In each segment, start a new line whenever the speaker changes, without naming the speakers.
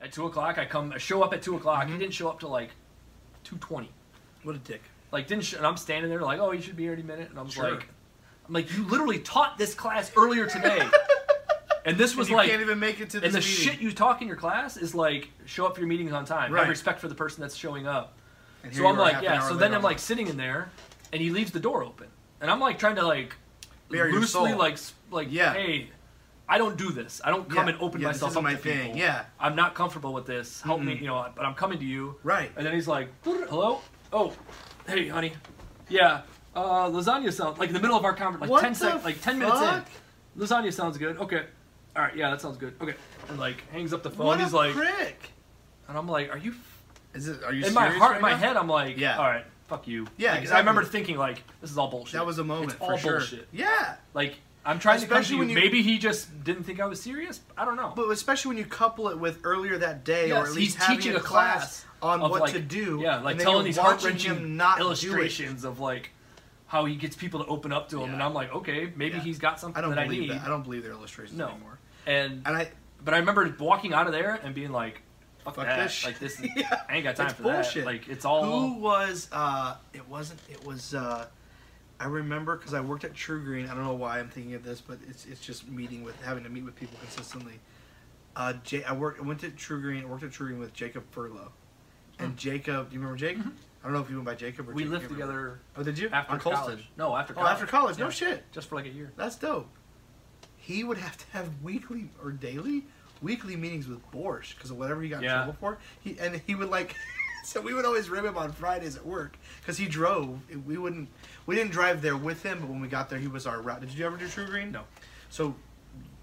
at two o'clock. I come, I show up at two o'clock.
Mm-hmm.
He didn't show up till like two twenty.
What a dick.
Like didn't, sh- and I'm standing there like, oh, you should be here any minute. And I'm
Sure.
like, I'm like, you literally taught this class earlier today, and this was
you
like,
can't even make it to this
and the
meeting.
shit you talk in your class is like, show up for your meetings on time.
Right.
Have respect for the person that's showing up.
And here
So I'm
you are
like,
half an
yeah.
hour
So
later,
then I'm like sitting in there, and he leaves the door open, and I'm like trying to like
Bare your
loosely
soul.
like s- like
Yeah.
hey, I don't do this. I don't come
Yeah.
and open
Yeah, this
myself
isn't
up
my
to
thing.
people.
Yeah.
I'm not comfortable with this. Help me, you know. But I'm coming to you.
Right.
And then he's like, hello, oh, hey, honey, yeah, uh, lasagna sounds like in the middle of our conversation, like
What
ten
the
sec- like ten minutes in.
fuck?
Lasagna sounds good. Okay. All right. Yeah, that sounds good. Okay. And like hangs up the phone.
what
he's
a
like,
prick.
and I'm like, are you? f-
Is it? Are you
in my
serious
heart,
right
in my
now?
head, I'm like,
Yeah.
all right, fuck you.
Yeah,
Like,
exactly.
I remember thinking like, this is all bullshit.
That was a moment
It's all
for sure.
bullshit.
Yeah,
Like I'm trying
Especially
to come
when
to
you-
you. Maybe he just didn't think I was serious. I don't know.
but especially when you couple it with earlier that day, or
Yes,
at least
he's
having
teaching
a
a
class,
class
on
Of,
what
like,
to do.
Yeah, like
and then
telling
you're
these heart
watching
wrenching
him not do it.
illustrations of like how he gets people to open up to him,
Yeah.
and I'm like, okay, maybe
Yeah.
he's got something
I don't
that I
believe
need.
that. I don't believe their illustrations
No.
anymore.
And
And I,
but I remember walking out of there and being like, fuck,
Fuck
that.
this shit.
Like this, is,
Yeah.
I ain't got time
it's
for
bullshit.
that. Like it's all.
Who was? Uh, it wasn't. It was. Uh, I remember because I worked at True Green. I don't know why I'm thinking of this, but it's it's just meeting with having to meet with people consistently. Uh, J- I worked. I went to True Green. I worked at True Green with Jacob Furlow, and Jacob. Do you remember Jake? I don't know if you went by Jacob or
Hmm. Mm-hmm. we
Jacob,
lived
you remember.
together
Oh, did you
after
On Colston.
college. No, after
Oh,
college.
after college, no
Yeah.
shit.
Just for like a year.
That's dope. He would have to have weekly or daily, weekly meetings with Borscht because of whatever he got
Yeah.
in trouble for. He and he would like, so we would always rib him on Fridays at work because he drove. We wouldn't, we didn't drive there with him, but when we got there, he was our route. Did you ever do True Green?
No.
So,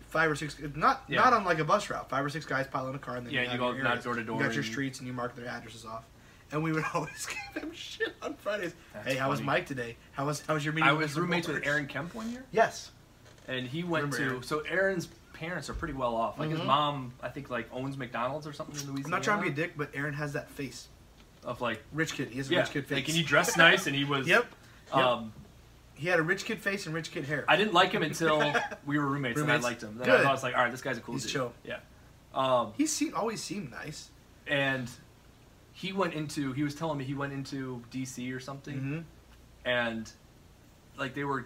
five or six, not
Yeah.
not on like a bus route. Five or six guys pile in a car and then
Yeah,
you,
you
have
go
your
knock
areas.
door to door
You got your
and-
streets and you mark their addresses off. And we would always give them shit on Fridays.
That's
hey, how was
funny.
Mike today? How was how was your meeting?
I
with
was
Mr.
roommates with
Borscht?"
Aaron Kemp one year,
Yes.
and he went
Remember
to.
Aaron. Mm-hmm.
So Aaron's parents are pretty well off. Like his mom, I think, like owns McDonald's or something in Louisiana.
I'm not trying to be a dick, but Aaron has that face.
Of like,
Rich kid. He has a
yeah,
rich kid face.
like, and he dressed nice, and he was.
Yep.
Um,
He had a rich kid face and rich kid hair.
I didn't like him until we were roommates, and I
Roommates.
liked him. Then
Good.
I thought, I was like, all right, this guy's a cool
He's
dude.
chill.
Yeah. Um,
he seemed always seemed nice.
and he went into he was telling me he went into DC or something,
Mhm.
and like they were,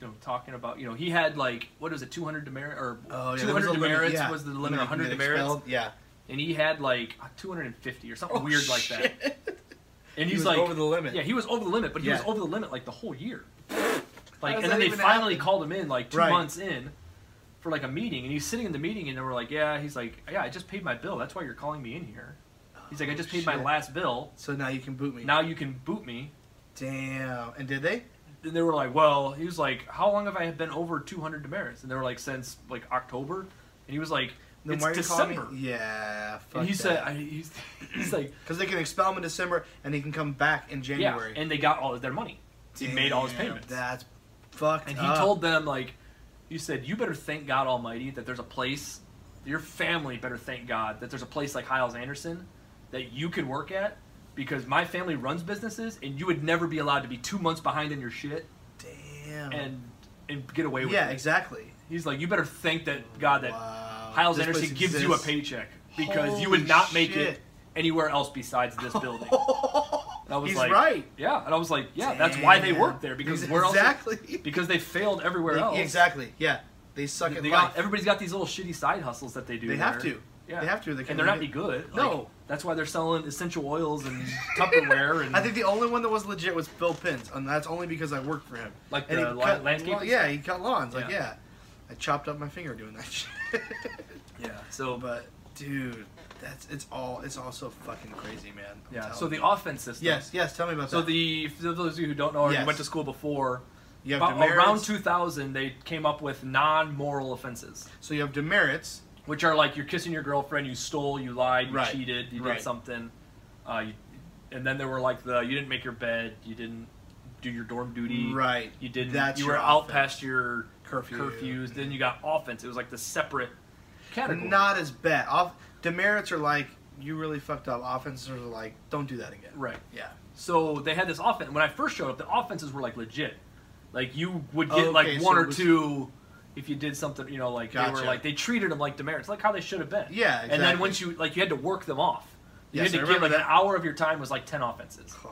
you know, talking about you know he had like what was it two hundred demerit or two
there was
hundred
a limit,
demerits
Oh, yeah.
was the
When you
limit one hundred
get
demerits,
expelled, Yeah.
and he had like uh, two hundred and fifty or something weird like that,
that.
and
Oh, He
he's
was
like
over the limit.
Yeah, he was over the limit, but he
Yeah.
was over the limit like the whole year.
does
Like, and
that
then they
even
finally
happen?
called him in like two
Right.
months in for like a meeting, and he's sitting in the meeting, and they were like, "Yeah," he's like, "Yeah, I just paid my bill. That's why you're calling me in here." He's like, "I
Oh,
just paid my
shit.
last bill.
So now you can boot me.
Now you can boot me."
Damn. And did they?
And they were like, "Well," he was like, "How long have I been over 200 demerits?" And they were like, "Since like October," and he was like,
Then
"It's
why are you calling
December."
Me? Yeah. Fuck
And he said, I, he's, "He's like."
Because they can expel him in December, and he can come back in January.
Yeah, and they got all of their money. He made all his
Damn,
payments.
That's fucked.
And he
up.
told them, like, you said, you better thank God Almighty that there's a place, your family better thank God that there's a place like Hiles Anderson that you could work at because my family runs businesses and you would never be allowed to be two months behind in your shit
Damn.
and and get away with
Uh-huh. yeah,
it.
exactly.
He's like, you better thank that God that
Wow.
Hiles
This
Anderson
place
gives you a
exists.
paycheck because you
Holy
would not make
shit.
it anywhere else besides this building. And I was
He's
like,
right.
Yeah, and I was like, yeah, that's why they
Damn.
work there because
Ex-
where else?
exactly.
Because they failed everywhere
They-
else.
Exactly. Yeah. They suck
They
at
got-
life.
everybody's got these little shitty side hustles that they do.
They have
there.
to.
Yeah.
They have to. They
and
can't
they're not
do
be
it.
good.
No.
Like, that's why they're selling essential oils and Tupperware and
I think the only one that was legit was Phil Pins, and that's only because I worked for him.
Like
and
the
he
la-
cut
landscaping
lawn- Yeah, he cut lawns. Like
Yeah.
yeah, I chopped up my finger doing that shit.
yeah. So
but dude, that's it's all it's all so fucking crazy, man. I'm
yeah.
telling
So the
you.
offense system.
yes, yes. Tell me about
So
that.
the for those of you who don't know or
Yes.
who went to school before,
you have
about,
demerits,
around 2000 they came up with non-moral offenses,
So you have demerits.
which are like you're kissing your girlfriend, you stole, you lied, you
Right.
cheated, you
Right.
did something, uh, you, and then there were like the you didn't make your bed, you didn't do your dorm duty,
Right.
You didn't.
That's
you were
your
out
offense.
past your
Curfew.
curfews. Then you got offense. It was like the separate category.
Not as bad. Off demerits are like you really fucked up. Offenses are like don't do that again.
right.
Yeah.
So they had this offense. When I first showed up, the offenses were like legit. Like you would get
Oh, Okay,
like one
so it
or
was-
two if you did something, you know, like they
Gotcha.
were like they treated them like demerits, like how they should have been.
Yeah,
And
exactly.
then once you like you had to work them off. You
Yes, I
had to give
remember
like
that.
an hour of your time was like ten offenses.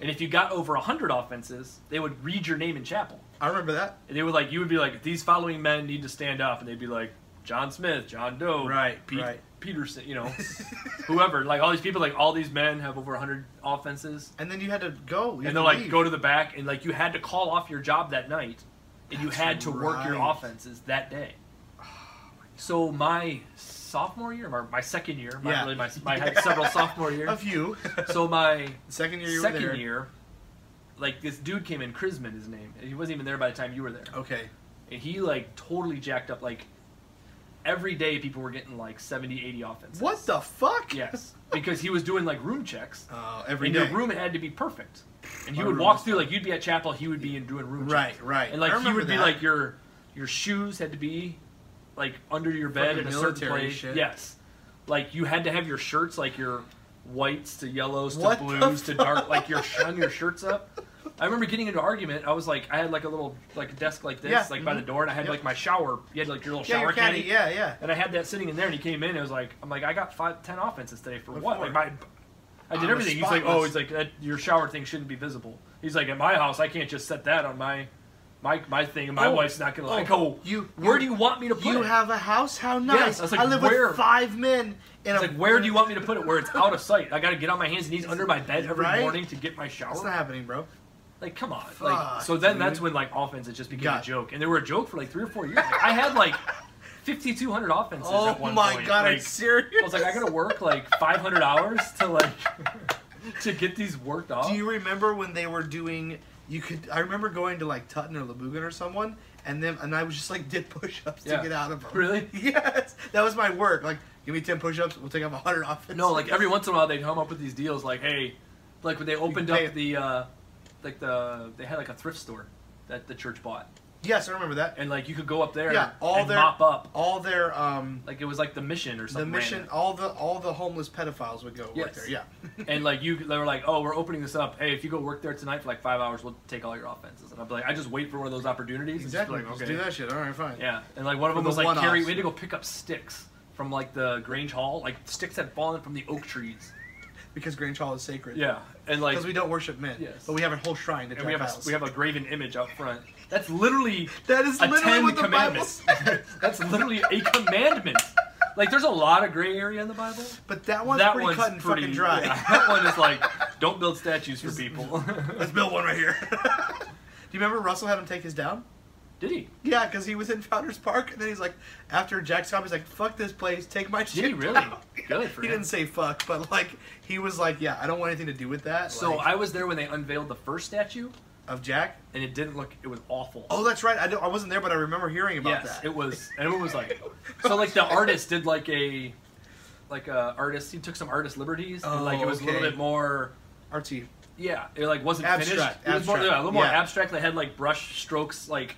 And if you got over hundred offenses, they would read your name in chapel.
I remember that.
And they would like you would be like, These following men need to stand up and they'd be like, John Smith, John Doe,
Right,
Pete
right.
Peterson, you know, whoever. Like all these people, like all these men have over hundred offenses.
and then you had to go. You had
and they're
to
like
leave.
go to the back and like you had to call off your job that night and you
That's
had to work your
right.
offenses that day so my sophomore year my, my second year my,
Yeah.
really my, my I had several sophomore
a
years
few.
so my
second year you
second
were there.
year like this dude came in Chrisman his name he wasn't even there by the time you were there
Okay.
and he like totally jacked up like every day people were getting like 70 80 offenses
What the fuck?
yes because he was doing like room checks
Uh, every
and
day.
your room had to be perfect. And
My
you would
room
walk
was
through like you'd be at chapel, he would be in doing room
Right,
checks.
right.
And
I
like he
remember
would be
that.
like your your shoes had to be like under your bed
Fucking
in a certain
military
place.
shit.
Yes. Like you had to have your shirts like your whites to yellows to
What the
blues to dark like your hung your shirts up. I remember getting into an argument. I was like, I had like a little like a desk like this,
Yeah,
like by the
mhm.
door, and I had
Yep.
like my shower. You had like your little
Yeah,
shower
your caddy. Yeah, yeah.
and I had that sitting in there, and he came in. and was like, I'm like, I got five, ten offenses today for
What
what?
for?
Like my, I did
On the
everything. He's
spot
like, oh,
was-
he's like, that, your shower thing shouldn't be visible. He's like, at my house, I can't just set that on my, my, my thing, and my
Oh.
wife's not gonna like.
Oh,
Oh,
you-
where
you-
do you want me to put
You
it?
have a house? How nice.
I was like,
live
where?
with five men in
it's
a
like, where do you want me to put it? Where it's out of sight? I gotta get on my hands and knees under my bed every
Right?
morning to get my shower.
That's not happening, bro.
Like, come on.
Fuck,
like, so then
dude.
that's when like offenses just became
God.
a joke, and they were a joke for like three or four years. Like, I had like 5,200 offenses.
Oh
at one
my
point.
god, I'm
like,
serious.
I was like, I gotta work like 500 hours to like to get these worked off.
Do you remember when they were doing? You could. I remember going to like Tutton or Labugan or someone, and then and I was just like did push-ups
Yeah.
to get out of them.
Really?
Yes. That was my work. Like, give me ten push-ups. We'll take off hundred off.
no, like every once in a while they'd come up with these deals, like hey, like when they opened
pay
up
it.
the uh, like the they had like a thrift store that the church bought,
Yes, I remember that.
and like you could go up there,
Yeah, all
and
their
mop up,
all their um
like it was like the mission or
the
something.
mission
random.
all the all the homeless pedophiles would go work
Yes.
there. Yeah.
and like you, they were like, oh, we're opening this up. Hey, if you go work there tonight for like five hours, we'll take all your offenses. And I'd be like, I just wait for one of those opportunities. and just be
Exactly.
like,
Just
okay.
do that shit. All right, fine.
Yeah, and like one of
For
them
the
was like
one-offs.
carry. We had to go pick up sticks from like the Grange Hall, like sticks that had fallen from the oak trees.
Because Grange Hall is sacred.
Yeah, and like
Because we don't worship men,
Yes.
but we have a whole shrine to
and we have a,
pedophiles.
we have a graven image out front. That's literally
that is
a
literally
ten
what the Bible
commandments.
says.
That's literally a commandment. Like there's a lot of gray area in the Bible.
But that one's
that
pretty
one's
cut and
pretty
fucking dry.
yeah, that one is like don't build statues for people.
Let's build one right here. Do you remember Russell had him take his down?
Did he?
Yeah, because he was in Founders Park, and then he's like, after Jack's job, he's like, "Fuck this place, take my shit."
Did he really?
down."
Good for
he
him.
didn't say fuck, but like he was like, "Yeah, I don't want anything to do with that."
So
like,
I was there when they unveiled the first statue,
of Jack.
and it didn't look. It was awful.
Oh, that's right. I, don't, I wasn't there, but I remember hearing about
yes,
that.
it was. And everyone was like, so like the artist did like a, like a artist. He took some artist liberties. and like
Oh,
it was a little
okay.
bit more.
RT.
Yeah, it like wasn't
Abstract,
finished. It was more,
abstract,
yeah, a little more
yeah.
abstract. They had like brush strokes like,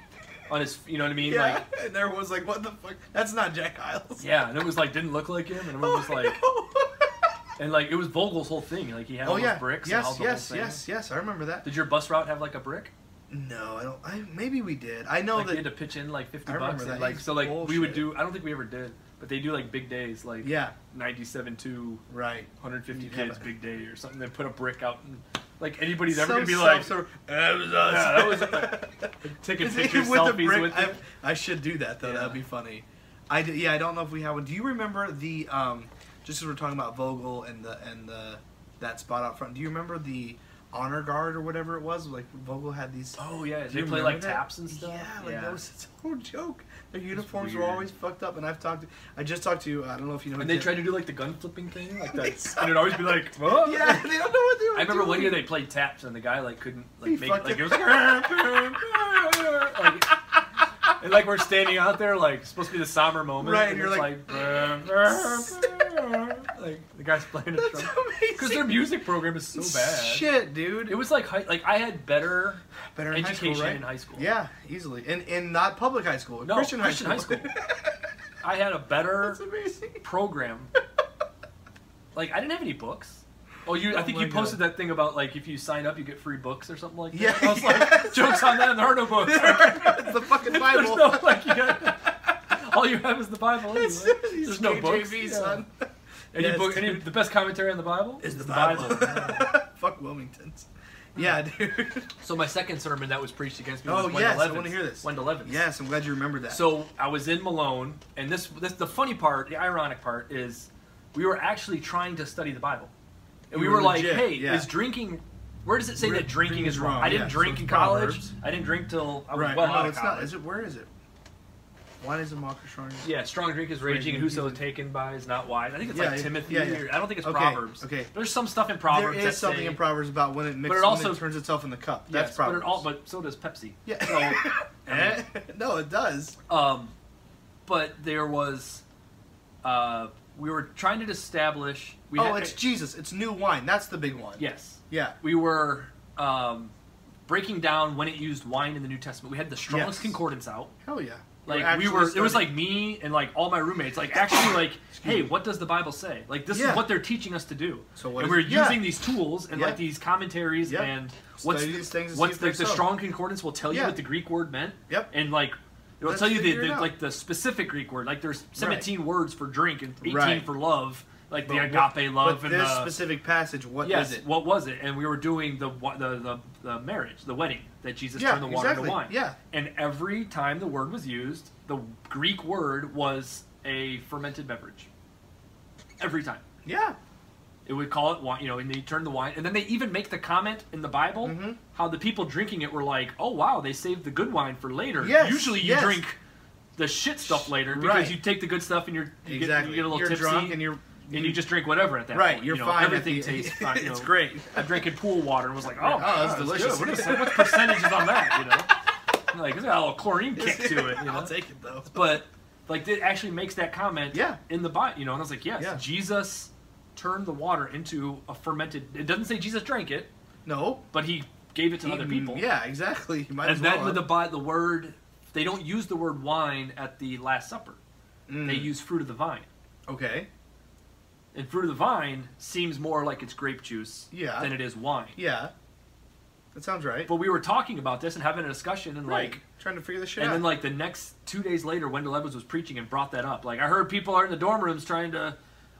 on his. You know what I mean?
Yeah,
Like
and everyone was like, "What the fuck? That's not Jack Hiles."
yeah, and it was like didn't look like him, and everyone was
Oh,
like,
no.
and like it was Vogel's whole thing. Like he had
oh
all
yeah,
those bricks. and all
yes,
the whole
yes,
thing.
yes, yes. I remember that.
Did your bus route have like a brick?
No, I don't. I maybe we did. I know
like you
that.
had to pitch in like fifty
I remember
bucks.
that.
And, like so, like we
Bullshit.
would do. I don't think we ever did, but they do like big days, like
yeah,
ninety-seven two.
right.
150
You'd have
kids,
a-
big day or something. They put a brick out, and like anybody's ever
So
gonna be
self-
like
so- that was
Yeah,
us.
that taking
Is it
pictures,
with the
selfies
brick?
with
I,
it.
I should do that though.
Yeah.
That'd be funny. I d- yeah. I don't know if we have one. Do you remember the um? Just as we're talking about Vogel and the and the that spot out front. Do you remember the honor guard or whatever it was? Like Vogel had these.
Oh yeah,
Do you
they play like
remember that?
taps and stuff.
Yeah, like that was a total joke. Their uniforms were
weird.
always fucked up, and I've talked. To, I just talked to. I don't know if you know.
and
who
they
did-
tried to do like the gun flipping thing, like that,
Exactly.
and it'd always be like, "Whoa."
Yeah, they don't know what they were.
I remember one year
doing.
they played taps, and the guy like couldn't like
He
make
fucked
like
it.
it was like, like, and like we're standing out there like supposed to be the somber moment,
Right,
And
you're
it's
like-
like, like, the guy's playing a
That's
drum
amazing.
because their music program is so bad.
Shit, dude.
It was like high, like I had better
better in
education
high school, right?
in high school.
Yeah, easily, and and not public high school,
No,
Christian,
Christian
high
high
school.
school. I had a better
That's amazing.
program. like I didn't have any books. Oh, you!
Oh
I think
my
you posted that thing about like if you sign up, you get free books or something like that.
Yeah,
I was
yes.
like, jokes on that. There are no books.
it's the fucking
There's
Bible.
no like. You got, all you have is the Bible. Anyway.
It's- it's
There's no books.
KJV,
Yeah.
son.
Any
Yes,
book, any,
dude.
the best commentary on the Bible
Is the
It's
Bible. Fuck Wilmingtons. Yeah, dude.
So my second sermon that was preached against me
Oh,
was Wendell
yes, I
Levins.
wanna hear this.
Wendell Levins.
Yes, I'm glad you remembered that.
So I was in Malone, and this, this the funny part, the ironic part is, we were actually trying to study the Bible, and
You
we
were
were, like,
legit,
"Hey,
yeah.
is drinking? Where does it say
Re-
that drinking is wrong? I didn't
yeah, so
drink
it's
in college.
Proverbs.
I didn't drink till I was
right.
well
no,
out of
it's not.
college.
Is it? Where is it? Why is it mocker strong?
Yeah, strong drink is raging, and whoso is taken by is not wise. I think it's
Yeah,
like
yeah,
Timothy.
yeah, yeah.
Or, I don't think it's
Okay,
Proverbs.
okay.
There's some stuff in Proverbs.
there
that
is something
say-
in Proverbs about when it mixes,
it
when
also-
it turns itself in the cup.
Yes,
That's Proverbs.
But, it all, but so does Pepsi.
yeah.
I mean-
Eh? no, it does.
Um, but there was, uh, we were trying to establish. We
oh,
had-
it's Jesus. It's new wine. That's the big one.
yes.
Yeah.
We were um, breaking down when it used wine in the New Testament. We had the strongest
Yes. concordance
concordance out.
Hell yeah.
Like we
actually
were, it was
studying.
like me and like all my roommates, like actually like,
Excuse
hey,
me.
what does the Bible say? Like this
Yeah.
is what they're teaching us to do.
So what
and
is-
we're
yeah.
using these tools and
Yeah.
like these commentaries
Yeah.
and what's
Study
the-
these things and see
what's
for
the, the
yourself.
strong concordance will tell
Yeah.
you what the Greek word meant.
Yep.
And like it'll
Let's
tell you the,
figure it
the
out.
like the specific Greek word. Like there's 17 words for drink and 18
Right.
for love. Like the
But what-
agape love
But
and
this
the
specific passage, what is
yes,
it?
what was it? And we were doing the wa- the the, the marriage, the wedding that Jesus
Yeah,
turned the water
exactly.
into wine.
Yeah.
And every time the word was used, the Greek word was a fermented beverage. Every time.
Yeah.
It would call it wine, you know, and they turned the wine. And then they even make the comment in the Bible
Mhm.
how the people drinking it were like, oh, wow, they saved the good wine for later.
Yes,
Usually you
yes.
drink the shit stuff later because
Right.
you take the good stuff and you're, you,
exactly.
get, you get a little
are
tipsy
drunk and you're
and you just drink whatever at that
right.
point.
You're
you know,
fine. at
Everything
the-
tastes fine. you
it's
know.
great.
I'm drinking pool water and was like, oh,
Oh, that's delicious.
What, is, what percentages on that? You know, like it's got a little chlorine kick to it. You know,
I'll take it though.
but like it actually makes that comment.
Yeah.
in the Bible, you know, and I was like, yes,
Yeah.
Jesus turned the water into a fermented. It doesn't say Jesus drank it,
No.
but he gave it to other
Mm,
people.
Yeah, exactly. You might
and
as
then
well.
with the Bi- the word, they don't use the word wine at the Last Supper.
Mm,
They use fruit of the vine.
okay.
And fruit of the vine seems more like it's grape juice
Yeah.
than it is wine.
Yeah. That sounds right.
But we were talking about this and having a discussion, and
Right.
like,
trying to figure this shit
and
out.
then like the next two days later, Wendell Evans was preaching and brought that up. Like, I heard people are in the dorm rooms trying to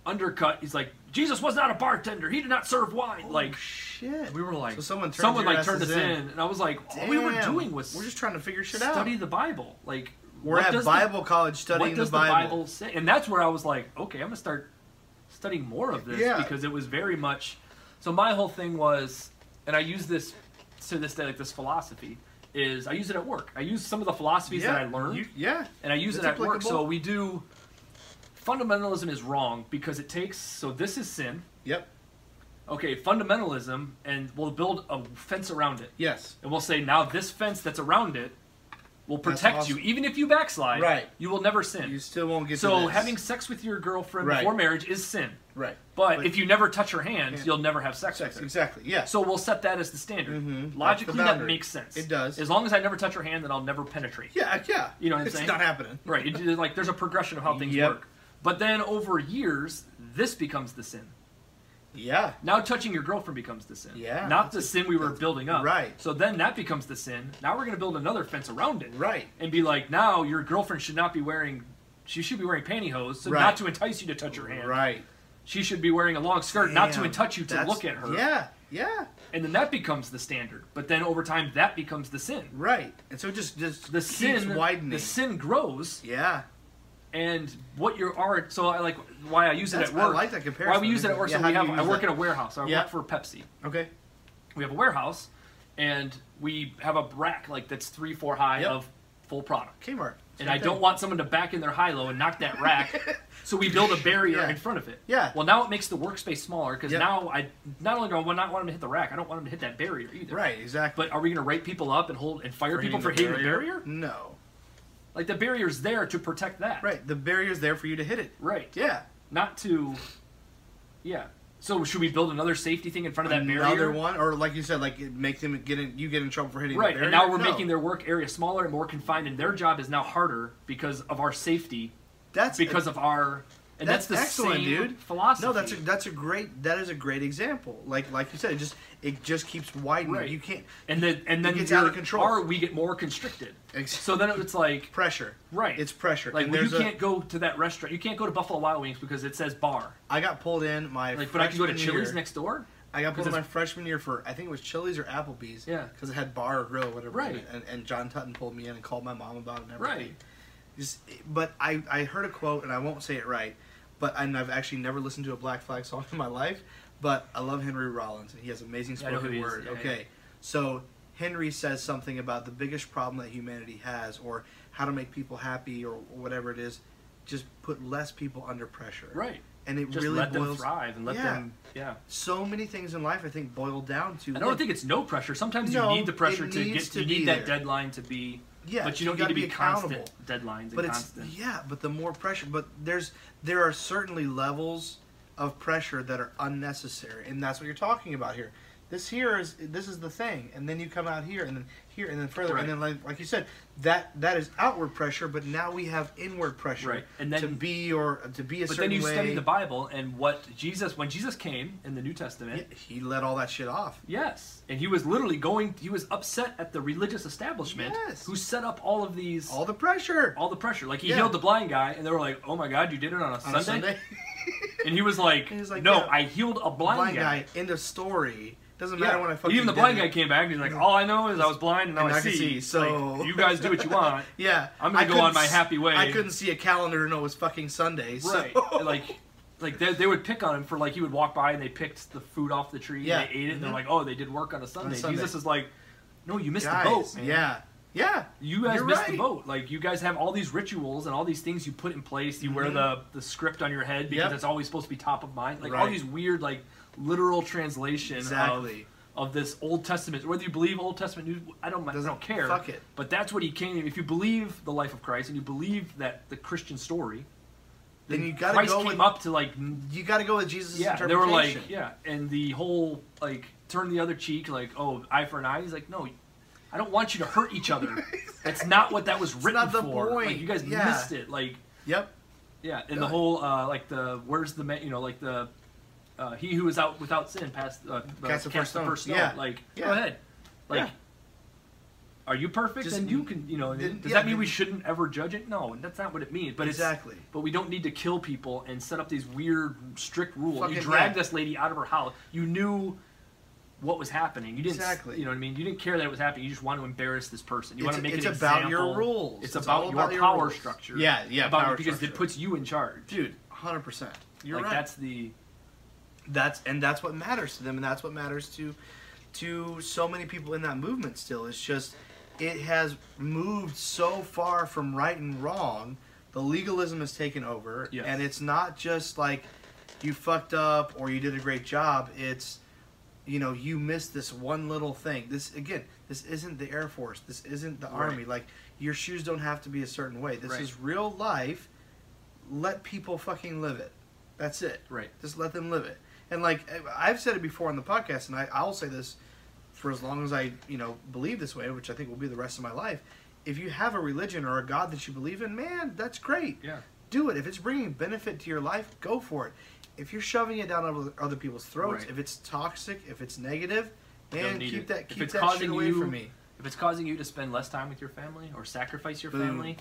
undercut. He's like, Jesus was not a bartender. He did not serve wine. like,
oh, shit.
we were like,
So someone turned
someone
your
like turned us
asses
in.
in.
and I was like, all we were
Damn.
doing was
we're just trying to figure shit out.
study the Bible. Like,
we're
what
at
does
Bible college
The,
studying
what does
the Bible.
say? And that's where I was like, okay, I'm gonna start studying more of this
Yeah.
because it was very much. So my whole thing was, and I use this to this day, like this philosophy is I use it at work. I use some of the philosophies
yeah.
that I learned,
you- yeah.
and I use it
That's
at work. So
applicable.
we do. Fundamentalism is wrong because it takes. So this is sin.
Yep.
Okay, fundamentalism, and we'll build a fence around it,
Yes.
and we'll say now this fence that's around it will
That's
protect
awesome.
you, even if you backslide.
Right.
You will never sin.
You still won't get to
So
this.
having sex with your girlfriend
Right.
before marriage is sin.
right.
But,
But-
if you never touch her hands,
Yeah.
you'll never have sex,
Sex,
with her.
exactly. Yeah.
So we'll set that as the standard.
Mhm. That's the
Logically, that
boundary.
makes sense.
It does.
As long as I never touch her hand, then I'll never penetrate.
yeah, uh, yeah.
You know what I'm
it's
saying?
not happening.
Right. It, it- like there's a progression of how things
Yep.
work. But then over years, this becomes the sin.
Yeah.
Now touching your girlfriend becomes the sin.
Yeah,
Not
that's
the sin we were building up.
right.
So then that becomes the sin. Now we're going to build another fence around it.
Right.
And be like, now your girlfriend should not be wearing. She should be wearing pantyhose, so
Right.
not to entice you to touch her hand.
Right.
She should be wearing a long skirt, not to
Damn,
touch you to
that's-
look at her.
Yeah. Yeah.
And then that becomes the standard. But then over time, that becomes the sin.
Right. And so it just just
The
keeps
sin,
widening.
the sin grows,
yeah.
and what your art. So I like why I use
That's-
it at work.
I like that
Why
comparison.
we use it at work?
Yeah,
so
how
we
do you
have. I
use
work
that?
in a warehouse. I
Yeah.
work for Pepsi.
Okay.
we have a warehouse and we have a rack like that's three four high
Yep.
of full product
Kmart.
and i don't want someone to back in their high low and knock that rack so we build a barrier
Yeah.
in front of it
Yeah.
well now it makes the workspace smaller because
Yep.
now i not only do i not want them to hit the rack i don't want them to hit that barrier either
Right. Exactly.
but are we going to write people up and hold and fire
For
people
hitting
for
the
hitting
barrier?
the barrier
no.
like the barrier's there to protect that
Right. The barrier's there for you to hit it.
right
Yeah.
not to yeah so should we build another safety thing in front of that
Another
barrier
one, or like you said, like it make them get in. You get in trouble for hitting.
Right,
The
and
barrier?
now we're
No.
making their work area smaller and more confined, and their job is now harder because of our safety,
That's
because of our And
That's
that's, the
excellent,
same
dude.
philosophy.
No, that's a that's a great that is a great example. Like like you said, it just it just keeps widening.
Right.
You can't
and then and then
gets out of
you're-
control.
Or we get more constricted.
Ex-
So then it's like
pressure.
right.
It's pressure.
like
and
well, you
there's a-
can't go to that restaurant. You can't go to Buffalo Wild Wings because it says bar.
I got pulled in my
Like, but I can go to
freshman year-
Chili's next door.
I got pulled in
'cause
my freshman year for I think it was Chili's or Applebee's.
Yeah.
Because it had bar or grill, or whatever.
Right.
And, and John Tutton pulled me in and called my mom about it and everything.
Right.
Just, but I I heard a quote and I won't say it right, but and I've actually never listened to a Black Flag song in my life. But I love Henry Rollins and he has amazing
Yeah, I know who
spoken
he is.
word.
Yeah,
okay. So Henry says something about the biggest problem that humanity has, or how to make people happy, or whatever it is. Just put less people under pressure.
Right.
And it
Just
really
let them
boils.
thrive and let
Yeah.
them. Yeah.
So many things in life, I think, boil down to.
I don't think it's no pressure. Sometimes
No,
you need the pressure
it
to
needs
get
to
you
be
need that
there.
deadline to be.
Yeah,
but you
you
don't need
gotta
to be,
be
constant deadlines and
but it's
constant.
yeah but the more pressure but there's there are certainly levels of pressure that are unnecessary and that's what you're talking about here this here is this is the thing and then you come out here and then here and then further
Right.
and then like, like you said that that is outward pressure but now we have inward pressure
Right, and
to
then-
be or to be a
But
certain
then you
way
study the Bible and what Jesus when Jesus came in the New Testament.
Yeah, he let all that shit off
Yes, and he was literally going. He was upset at the religious establishment
Yes.
who set up all of these, all,
all the pressure
the pressure. Like he
Yeah.
healed the blind guy, and they were like, "Oh my God, you did it on a,
on
Sunday?
a Sunday
And he was like,
He was like,
"No,
yeah.
I healed a blind,
blind
guy."
guy end of story doesn't
Yeah.
matter when I fucking
Even the
did
blind
it.
guy came back and he's like, "All I know is I was blind and now
And
I,
I can
see.
see, so-
Like, you guys do what you want."
Yeah,
I'm gonna
I
go
couldn't
on my
s-
happy way.
I couldn't see a calendar and it was fucking Sunday. So.
Right. And, like, like they, they would pick on him for like he would walk by and they picked the food off the tree
Yeah.
and they ate it and they're
Mhm.
like, "Oh, they did work on a Sunday."
Sunday.
Jesus is like, "No, you missed
Guys,
the boat, man.
Yeah, yeah.
You guys
You're
missed the
right.
boat. Like you guys have all these rituals and all these things you put in place. You wear
Mhm.
the the script on your head because
Yep.
it's always supposed to be top of mind. Like all
Right.
these weird like literal translation of-
Exactly.
of, this Old Testament. Whether you believe Old Testament, New, I don't I
Doesn't-
don't care.
fuck it.
But that's what he came. If you believe the life of Christ and you believe that the Christian story,
Then you gotta
Christ
go
came
with
up to like n-
you got to go with Jesus'
yeah. They
interpretation.
were like yeah, and the whole like turn the other cheek, like oh eye for an eye. He's like no. I don't want you to hurt each other. That's not what that was written
not the
for. Like,
point.
you guys
Yeah.
missed it. Like
Yep.
yeah, and
Yeah.
the whole uh, like the where's the ma- you know like the uh, he who is out without sin past uh, the,
Cast the first stone. Yeah.
Yeah. Like
Yeah.
go ahead, like
Yeah.
are you perfect?
Just-
then you can you know
then-
does
yeah,
that mean
then-
we shouldn't ever judge it? No, that's not what it means. But
Exactly.
it's but we don't need to kill people and set up these weird strict rules.
Fucking-
you dragged
yeah.
this lady out of her house. You knew. What was happening? You didn't,
Exactly.
you know what I mean. You didn't care that it was happening. You just want to embarrass this person. You want to
It's-
make
it's
an
about your
example.
rules.
It's,
It's
about,
all
your
about your
power
rules.
structure.
Yeah, yeah,
About
power
because
structure.
it puts you in charge
dude, hundred percent. You're
like
right.
that's the
that's and that's what matters to them and that's what matters to to so many people in that movement still it's just it has moved so far from right and wrong the legalism has taken over
Yes.
and it's not just like you fucked up or you did a great job it's you know you missed this one little thing this again this isn't the air force this isn't the
Right.
army like your shoes don't have to be a certain way this
Right.
is real life let people fucking live it that's it
right
just let them live it. And like I- I've said it before on the podcast, and I, I'll say this for as long as I you know believe this way, which I think will be the rest of my life. If you have a religion or a god that you believe in, man, that's great.
yeah
Do it. If it's bringing benefit to your life, go for it. If you're shoving it down other- other people's throats,
Right.
if it's toxic, if it's negative, man,
need
keep
it.
that
If
keep
it's
that shit
causing
away
you-
from me.
if it's causing you to spend less time with your family or sacrifice your
Boom.
family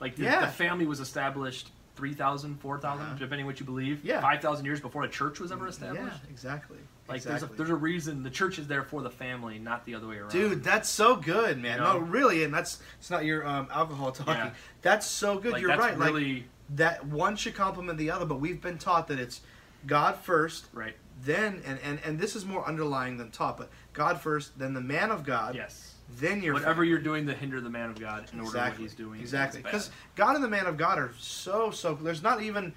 like the,
Yeah.
the family was established 3000 4000
Uh-huh.
depending what you believe
Yeah.
5000 years before the church was ever
Yeah,
established
exactly.
like
exactly.
there's, a, there's a reason the church is there for the family not the other way around
Dude, that's so good, man.
You know?
No, really, and that's it's not your um, alcohol talking.
Yeah.
That's so good.
like,
You're
that's
right. Like
really
that one should complement the other, but we've been taught that it's God first,
right
then and and and this is more underlying than taught, but God first, then the man of God,
yes
then your
whatever you're doing to hinder the man of god in order
exactly
what he's doing is
exactly
bad.
because God and the man of God are so so. There's not even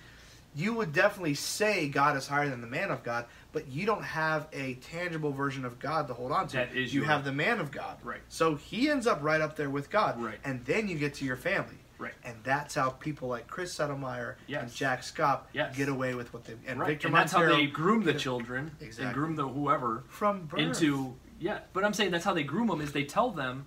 you would definitely say God is higher than the man of God, but you don't have a tangible version of God to hold on to.
That is
you
your-
have the man of God,
Right.
So he ends up right up there with God,
Right.
And then you get to your family,
right
and that's how people like Chris Settlemyer and
Yes.
Jack Scott
Yes.
get away with what they and
right
Victor
and that's how
Montero
they groom the children
Exactly.
and groom the whoever
from birth.
into yeah but i'm saying that's how they groom them is they tell them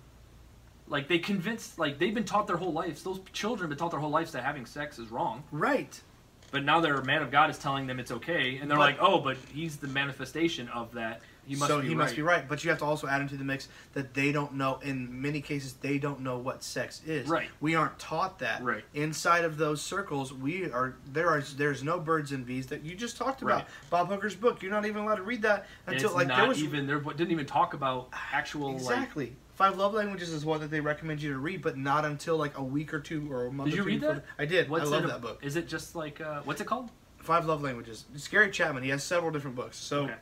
like they convince like they've been taught their whole lives those children have been taught their whole lives that having sex is wrong
right.
but But now their man of God is telling them it's okay, and they're like,
But-
"Oh, but he's the manifestation of that. He must
so
be
he
right."
must be right. But you have to also add into the mix that they don't know. In many cases, they don't know what sex is.
Right.
We aren't taught that.
Right.
Inside of those circles, we are there are there's no birds and bees that you just talked about.
Right.
Bob Hooker's book. You're not even allowed to read that
And
until
it's
like
not
there was
even there didn't even talk about actual like
exactly. Five love languages is what that they recommend you to read, but not until like a week or two or a month.
Did
or
you
two
read
before
that?
the- I did. I love
it-
that book.
Is it just like uh, what's it called?
Five love languages. It's Gary Chapman. He has several different books. So
Okay.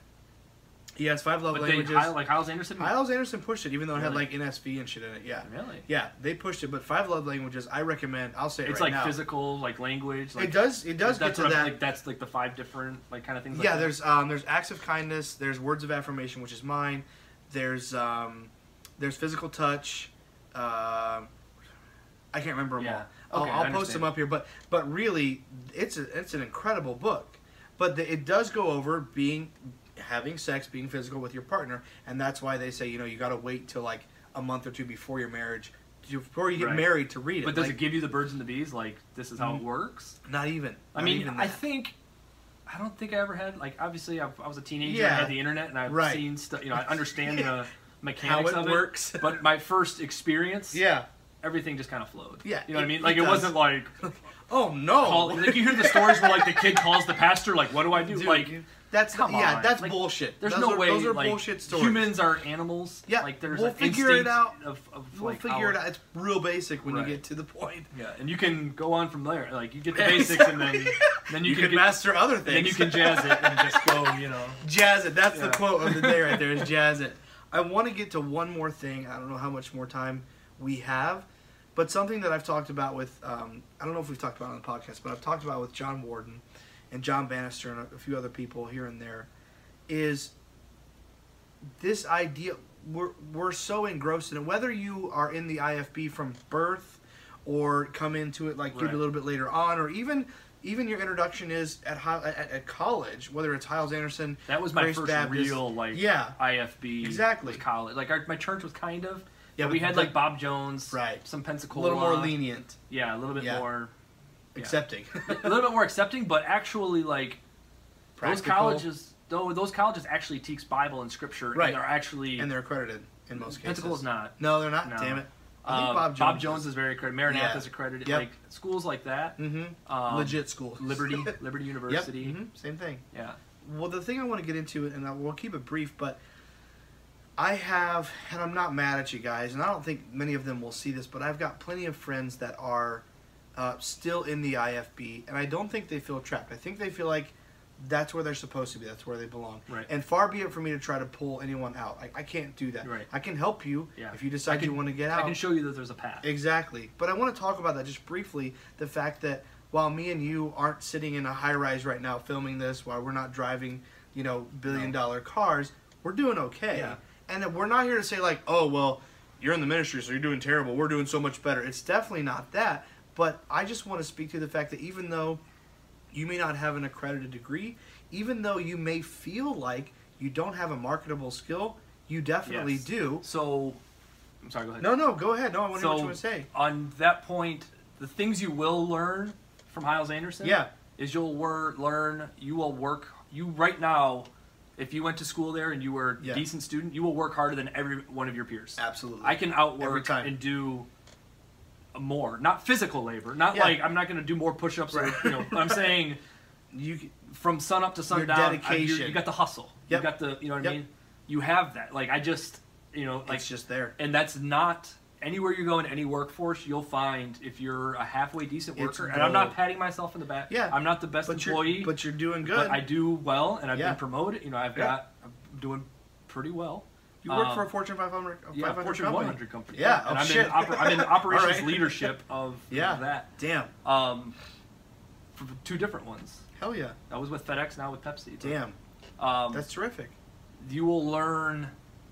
he has five love
But they
languages.
Hy- like Hiles Anderson.
Hiles Anderson pushed it, even though it had
Really?
like NSV and shit in it. Yeah,
really?
yeah, they pushed it. But five love languages, I recommend. I'll say it
It's
right
like
now.
physical, like language. Like,
it does. It does get
that's
to
what
that.
I'm- Like, that's like the five different like kind of things. like
yeah,
that.
there's um, there's acts of kindness. There's words of affirmation, which is mine. There's um, there's physical touch. Um I can't remember them
Yeah.
all.
Okay, I
I'll, I'll post
understand.
them up here. But but really, it's a, it's an incredible book. But the, it does go over being having sex, being physical with your partner, and that's why they say you know you got to wait till like a month or two before your marriage, before you get
Right.
married to read it.
But does
Like,
it give you the birds and the bees? Like this is how it works.
not even.
I
not
mean,
even
I
that.
think I don't think I ever had like obviously I, I was a teenager. I
Yeah.
had the internet and I've
Right.
seen stuff. You know, I understand
Yeah.
the mechanics
How it
of
works.
it. But my first experience,
yeah.
everything just kind of flowed.
Yeah,
you know what
it-
I mean.
it
Like it,
does.
wasn't like
Oh no.
call, like you hear the stories where like the kid calls the pastor like, "What do I do?"
Dude,
like.
that's
come
yeah,
on.
that's
Like,
bullshit.
There's
those
no
are,
way
Those are
like,
bullshit stories.
humans are animals.
Yeah,
like there's
we'll
an
figure it
instinct
out.
Of, of
We'll
like
figure it
our-
out. It's real basic when
Right.
you get to the point.
Yeah, and you can go on from there. Like you get the basics, and then then you,
You
can,
can
get,
master other things.
then you can jazz it and just go. You know.
jazz it. That's the
Yeah.
quote of the day right there. Is jazz it. I want to get to one more thing. I don't know how much more time we have, but something that I've talked about with um, I don't know if we've talked about it on the podcast, but I've talked about with John Warden and John Bannister and a- a few other people here and there is this idea we're, we're so engrossed in it whether you are in the ifb from birth or come into it like you did
Right.
a little bit later on or even even your introduction is at, Hi- at, at college whether it's hiles anderson
That was my
Grace
first
Baptist.
real like
Yeah.
IFB
Exactly.
was college. Like our, my church was kind of
Yeah,
yeah. We
but
had
the-
like Bob Jones,
Right.
Some
a
Pensacola,
little more lenient
Yeah, a little bit
Yeah.
more, Yeah.
accepting
a little bit more accepting, but actually like
Practical,
those colleges. Though those colleges actually teach Bible and Scripture,
Right.
and they're actually
and they're accredited in most cases
Pensacola is not.
no they're not
No.
damn it i think
Uh,
bob jones,
is. very accredited. Maranatha
Yeah.
is accredited.
Yep.
Like schools like that.
hmm
Um,
legit school
Liberty, Liberty
yep.
University.
hmm same thing
Yeah.
Well, the thing I want to get into, and I, we'll keep it brief, but I have, and I'm not mad at you guys, and I don't think many of them will see this, but I've got plenty of friends that are uh, still in the IFB, and I don't think they feel trapped. I think they feel like that's where they're supposed to be, that's where they belong.
Right.
And far be it for me to try to pull anyone out. I, I can't do that.
Right.
I can help you
Yeah.
if you decide you
can-
want to get out.
I can show you that there's a path.
Exactly. But I want to talk about that just briefly. The fact that while me and you aren't sitting in a high rise right now filming this, while we're not driving, you know, billion dollar cars, we're doing okay.
Yeah.
And that we're not here to say, like, oh, well, you're in the ministry, so you're doing terrible. We're doing so much better. It's definitely not that. But I just want to speak to the fact that even though you may not have an accredited degree, even though you may feel like you don't have a marketable skill, you definitely
Yes.
do.
So, I'm sorry. Go ahead.
No, no, go ahead. No, I want to hear what
So,
you want to say.
On that point, the things you will learn from Hiles Anderson.
Yeah.
Is you'll wor- learn. You will work. You right now, if you went to school there and you were a
Yeah.
decent student, you will work harder than every one of your peers.
Absolutely.
I can
Every
outwork
time.
and do more. Not physical labor. Not
Yeah.
like I'm not going to do more push-ups. Or,
Right.
you know, but I'm saying
you c-
from sun up to sundown, I- you-
dedication.
you got the hustle.
Yep.
You got the, you know what
Yep.
I mean? You have that. Like I just, you know, like
it's just there.
and that's not anywhere you go in any workforce you'll find if you're a halfway decent
It's
worker and i'm not
gold.
patting myself in the back
Yeah.
i'm not the best
But
employee
you're but you're doing good.
but i do well and i've
Yeah.
been promoted you know i've
Yeah.
got i'm doing pretty well
you work
um,
for a Fortune 500, a
yeah
500
fortune
company.
100 company
Yeah, oh,
and i'm,
shit.
In oper- I'm in operations
Alright.
leadership of
Yeah.
of that
Damn,
um for two different ones
hell yeah,
i was with fedex now with pepsi but,
damn,
um,
that's terrific.
you will learn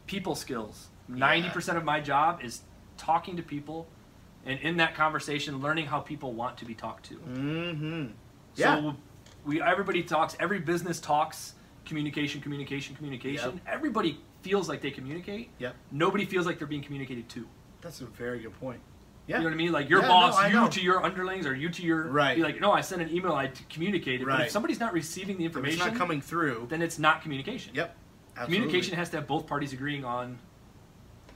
people skills. Ninety percent of my job is talking to people, and in that conversation, learning how people want to be talked to.
Mm-hmm. Yeah.
So we everybody talks. Every business talks communication, communication, communication. Everybody feels like they communicate.
Yep.
Nobody feels like they're being communicated to.
That's a very good point. Yeah.
You know what I mean? Like your
Yeah, no,
boss,
I
you
know.
to your underlings, or you to your
Right.
You're like, no, I sent an email, I t- communicated. But if
Right.
somebody's not receiving the
If it's
information,
not coming through.
then it's not communication.
Yep.
Communication has to have both parties agreeing on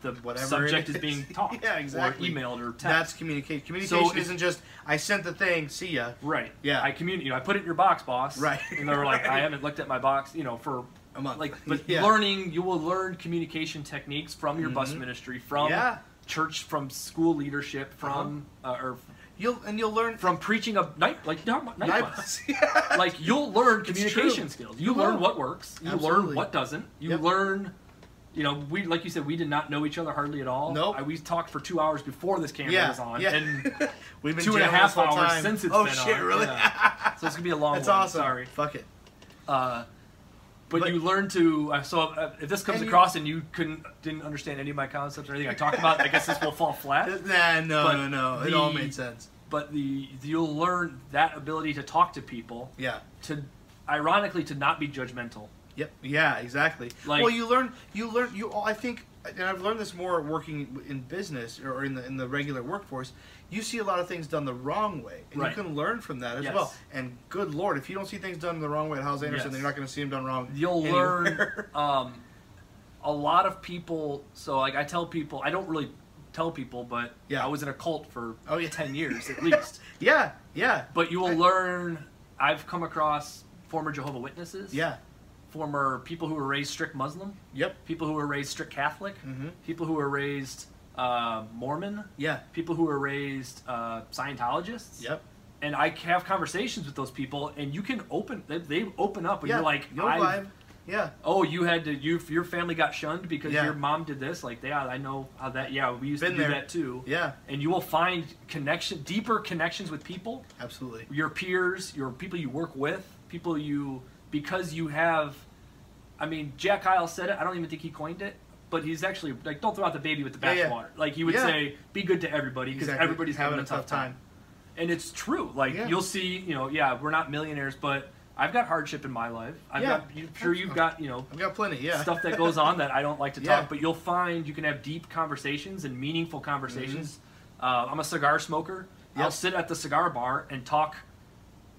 the
Whatever
subject
it
is.
is.
being taught,
Yeah, exactly.
or emailed, or text.
That's communication. Communication
if-
isn't just I sent the thing. See ya.
Right.
Yeah.
I commun- you know, I put it in your box, boss.
Right.
And they were like, I
Right.
haven't looked at my box, you know, for
A month.
like but
Yeah.
learning you will learn communication techniques from your bus
Mhm.
ministry, from
Yeah. Uh-huh.
church, from school leadership, from uh or
You'll and you'll learn
from preaching of night like night, night
Night
bus.
bus. Yeah.
like you'll learn
It's true.
communication skills. You
You
learn
will.
what works, you learn
Absolutely.
what doesn't. You
Yep.
learn you know, we like you said, we did not know each other hardly at all.
Nope.
I, we talked for two hours before this camera
yeah.
was on,
yeah.
and
We've been
two and a
jamming
half
this whole
hours
time.
since it's
oh,
been
shit,
on.
Really?
Yeah. so it's gonna be a long
That's
one.
awesome.
Sorry.
Fuck it.
Uh, but,
But-
you learn to uh, so uh, if this comes
And you-
across and you couldn't didn't understand any of my concepts or anything I talked about, I guess this will fall flat.
Nah, no,
But
no, no. It all
the-
made sense.
But the you'll learn that ability to talk to people
Yeah.
to ironically to not be judgmental.
Yep. Yeah. Exactly.
Like-
well, you learn. You learn. You. all I think, and I've learned this more working in business or in the in the regular workforce. You see a lot of things done the wrong way, and
Right.
you can learn from that as
Yes.
well. And good lord, if you don't see things done the wrong way at House Anderson,
Yes.
then you're not going to see them done wrong.
You'll
anywhere.
learn um, a lot of people. So like I tell people, I don't really tell people, but
Yeah.
I was in a cult for
Oh, yeah.
ten years at least.
yeah. Yeah.
But you will
I-
learn. I've come across former Jehovah Witnesses.
Yeah.
Former people who were raised strict Muslim.
Yep.
people who were raised strict Catholic,
Mhm.
people who were raised uh, Mormon,
Yeah.
people who were raised uh, Scientologists.
Yep.
And I have conversations with those people, and you can open they, they open up, and
yeah.
you're like,
You'll
"I've-
vibe. Yeah.
oh, you had to you your family got shunned because
Yeah.
your mom did this. Like, yeah, I know how that. Yeah, we used to
Been
do
there.
that too.
Yeah.
And you will find connection, deeper connections with people
Absolutely.
your peers, your people you work with, people you because you have. I mean, Jack Kyle said it. I don't even think he coined it, but he's actually like, don't throw out the baby with the
Yeah, yeah.
bathwater. Like he would
Yeah.
say, be good to everybody because
Exactly.
everybody's having, a tough time. and it's true. Like
Yeah.
you'll see, you know, yeah, we're not millionaires, but I've got hardship in my life. I've
Yeah. Uh,
got, you, sure, you've got, you know.
I've got plenty. Yeah.
Stuff that goes on that I don't like to
Yeah.
talk, but you'll find you can have deep conversations and meaningful conversations. Uh, I'm a cigar smoker. I'll
Yep.
sit at the cigar bar and talk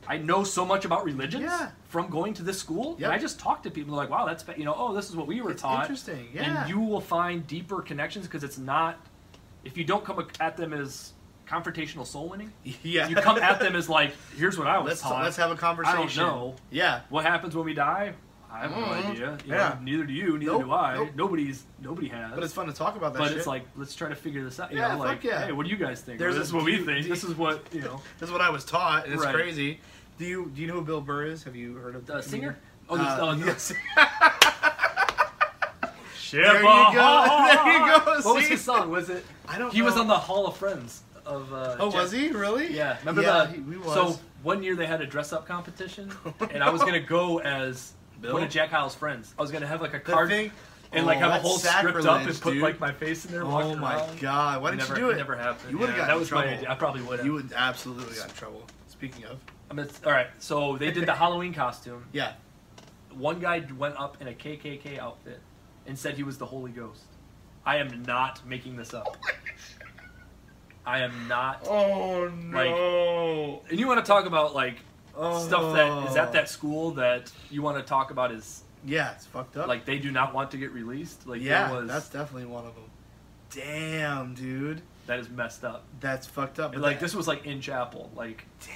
I know so much about religions
Yeah.
from going to this school. And
Yep.
I just talk to people like, wow, that's you know, oh, this is what we were
It's
taught.
interesting. Yeah.
And you will find deeper connections because it's not if you don't come at them as confrontational soul winning.
Yeah.
You come at them as like, here's what I was
let's
taught.
let's have a conversation.
know.
Yeah.
what happens when we die? I have
Mhm.
no idea. You
Yeah.
know, neither do you. Neither
Nope,
do I.
nope.
Nobody's nobody has.
But it's fun to talk about that.
But
shit.
it's like let's try to figure this out. You
Yeah,
know,
fuck
like,
yeah.
hey, what do you guys think?
There's
Or
a
this is what we
deep-
think. This is what you know.
This is what I was taught, and it's
Right.
crazy. Do you do you know who Bill Burr is? Have you heard of
The singer?
Oh,
Oh, this, uh,
yes.
Shit,
There you
bah,
go.
ha, ha,
There you
ha.
go,
What was
see?
his song? Was it?
I don't.
He was
know.
on the Hall of Friends of. Uh,
Oh,
Jack-
was he really?
Yeah. Remember
yeah,
the?
He, he
So
was.
one year they had a dress up competition, and I was gonna go as
Bill?
one of Jack Kyle's friends. I was gonna have like a
The
card
thing-
and like
Oh,
have a
that's
whole script up and
sacrilege,
put
dude.
like my face in there. and
Oh
walk
my
around.
god! Why didn't
never,
you do it?
Never happened.
You would've
yeah,
gotten
that
in
was my
trouble.
idea. I probably would have.
You would absolutely got in trouble. Speaking of,
all right. So they did the Halloween costume.
yeah.
One guy went up in a KKK outfit and said he was the Holy Ghost. I am not making this up. I am not
Oh no!
And you want to talk about like stuff that is at that school that you want to talk about is
Yeah, it's fucked up.
like they do not want to get released. Like
yeah,
there was
that's definitely one of them. Damn, dude,
that is messed up.
that's fucked up.
And, like
that-
this was like in chapel. Like
Damn.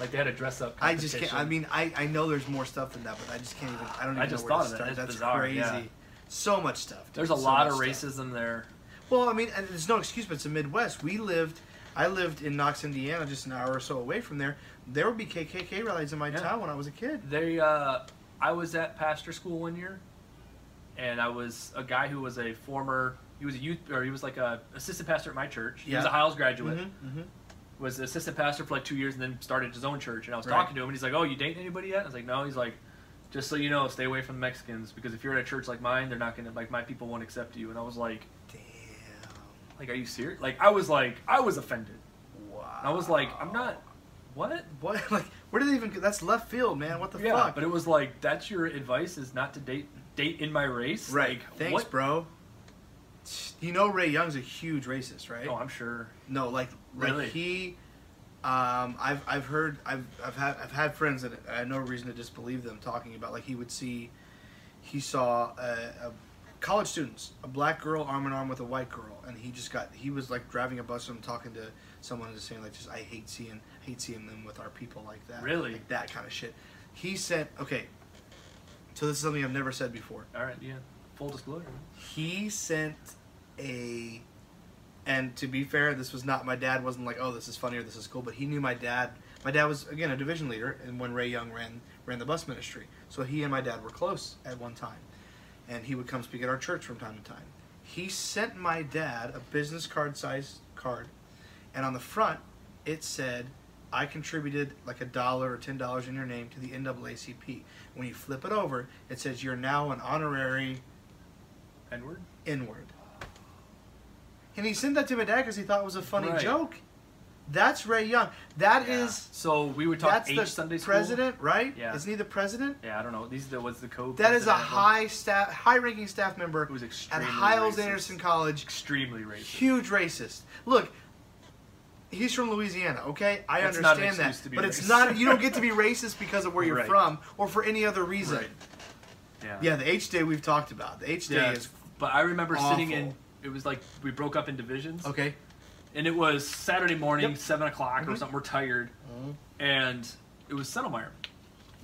like they had a dress up.
I just can't. I
competition.
mean, I, I know there's more stuff than that, but I just can't even. I don't even
I just
know where
thought of
to
that.
start.
That's
That's
bizarre,
crazy.
yeah.
So much stuff. dude.
there's a
So
lot
much
of
stuff.
racism there.
Well, I mean, and there's no excuse, but it's the Midwest. We lived. I lived in Knox, Indiana, just an hour or so away from there. There would be KKK rallies in my
Yeah.
town when I was a kid.
They uh, I was at pastor school one year, and I was a guy who was a former. He was a youth, or he was like a assistant pastor at my church. He was
Yeah.
a Hiles graduate.
Mm-hmm.
was the assistant pastor for like two years and then started his own church. And I was
Right.
talking to him and he's like, "Oh, you dating anybody yet?" I was like, "No." He's like, "Just so you know, stay away from the Mexicans because if you're at a church like mine, they're not gonna like my people won't accept you." And I was like,
Damn.
"Like, are you serious?" Like, I was like, I was offended.
Wow.
And I was like, "I'm not." What?
What? Like, where did they even? That's left field, man. What the
yeah,
fuck?
but it was like that's your advice is not to date date in my race.
right.
Like,
Thanks,
what?
bro. You know, Ray Young's a huge racist, right?
Oh, I'm sure.
No, like like
Really?
he, um, I've I've heard I've I've had I've had friends that I had no reason to disbelieve them talking about like he would see, he saw a, a college students a black girl arm in arm with a white girl and he just got he was like driving a bus and talking to someone and just saying like just I hate seeing hate seeing them with our people like that
Really?
like that kind of shit. He said okay. So this is something I've never said before
All right, yeah. Full disclosure.
he sent a and to be fair this was not my dad wasn't like oh this is funny or this is cool but he knew my dad my dad was again a division leader and when ray young ran ran the bus ministry so he and my dad were close at one time and he would come speak at our church from time to time he sent my dad a business card size card and on the front it said i contributed like a dollar or ten dollars in your name to the naacp when you flip it over it says you're now an honorary
N-word?
inward. And he sent that to my dad because he thought it was a funny
Right.
joke. That's Ray Young. That is
Yeah. So we would talk
that's
H
the
Sunday school.
president, right?
Yeah.
Isn't he the president?
Yeah, I don't know. These the what's the code?
That is a high staff, high-ranking staff member
Who's
at
extremely
Hiles
racist.
Anderson College.
Extremely racist.
Huge racist. Look, he's from Louisiana. Okay, I
That's not an
understand that,
excuse to be
but it's
racist.
not. You don't get to be racist because of where you're
Right.
from or for any other reason.
Right. Yeah.
Yeah, the H day we've talked about. The H day
Yeah,
is
but I remember sitting in.
awful.
It was like we broke up in divisions,
okay.
and it was Saturday morning,
Yep.
seven o'clock or
Mhm.
something. We're tired, and it was Settlemeyer.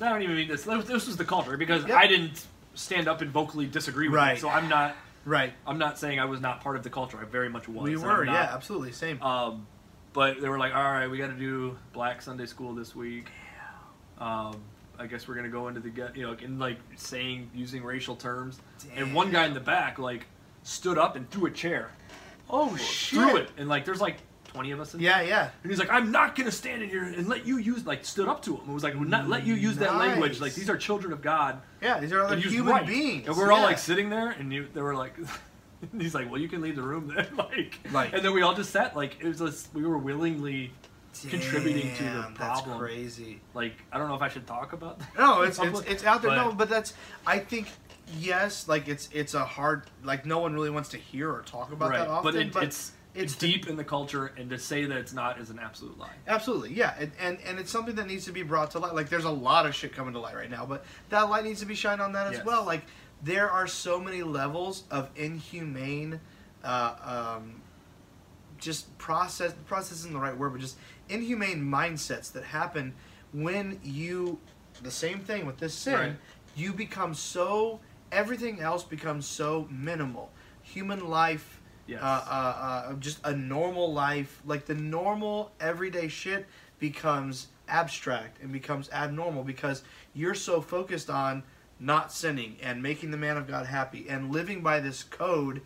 I don't even mean this. This was the culprit because
Yep.
I didn't stand up and vocally disagree with
Right.
it. So I'm not.
Right.
I'm not saying I was not part of the culture. I very much was.
We
and I'm
were,
not.
yeah, absolutely, same.
Um, but they were like, all right, we got to do Black Sunday School this week. Um, I guess we're gonna go into the gu- you know in like saying using racial terms. And one guy in the back like stood up and threw a chair,
oh
threw it, and like there's like twenty of us. In
Yeah, yeah.
And he's like, I'm not gonna stand in here and let you use like stood up to him. It was like, I would not let you use that language.
Nice.
Like these are children of God.
Yeah, these are other
and use
human
right."
beings.
And we're all
yeah.
like sitting there, and you, they were like, and he's like, well, you can leave the room then, like,
Right.
and then we all just sat like it was just, we were willingly contributing to the
Damn,
problem.
That's crazy.
like I don't know if I should talk about that.
No,
in
it's it's,
public,
it's out there. no, but that's I think yes, like it's it's a hard like no one really wants to hear or talk about
right.
that often.
but, it, it's it's
it's
deep in the culture, and to say that it's not is an absolute lie.
Absolutely, yeah, and, and and it's something that needs to be brought to light. Like, there's a lot of shit coming to light right now, but that light needs to be shined on that as
Yes.
well. Like, there are so many levels of inhumane, uh, um, just process. Process isn't the right word, but just inhumane mindsets that happen when you, the same thing with this sin,
Right.
you become so everything else becomes so minimal. Human life
Yes.
uh, uh, uh, just a normal life, like the normal everyday shit becomes abstract and becomes abnormal because you're so focused on not sinning and making the man of God happy and living by this code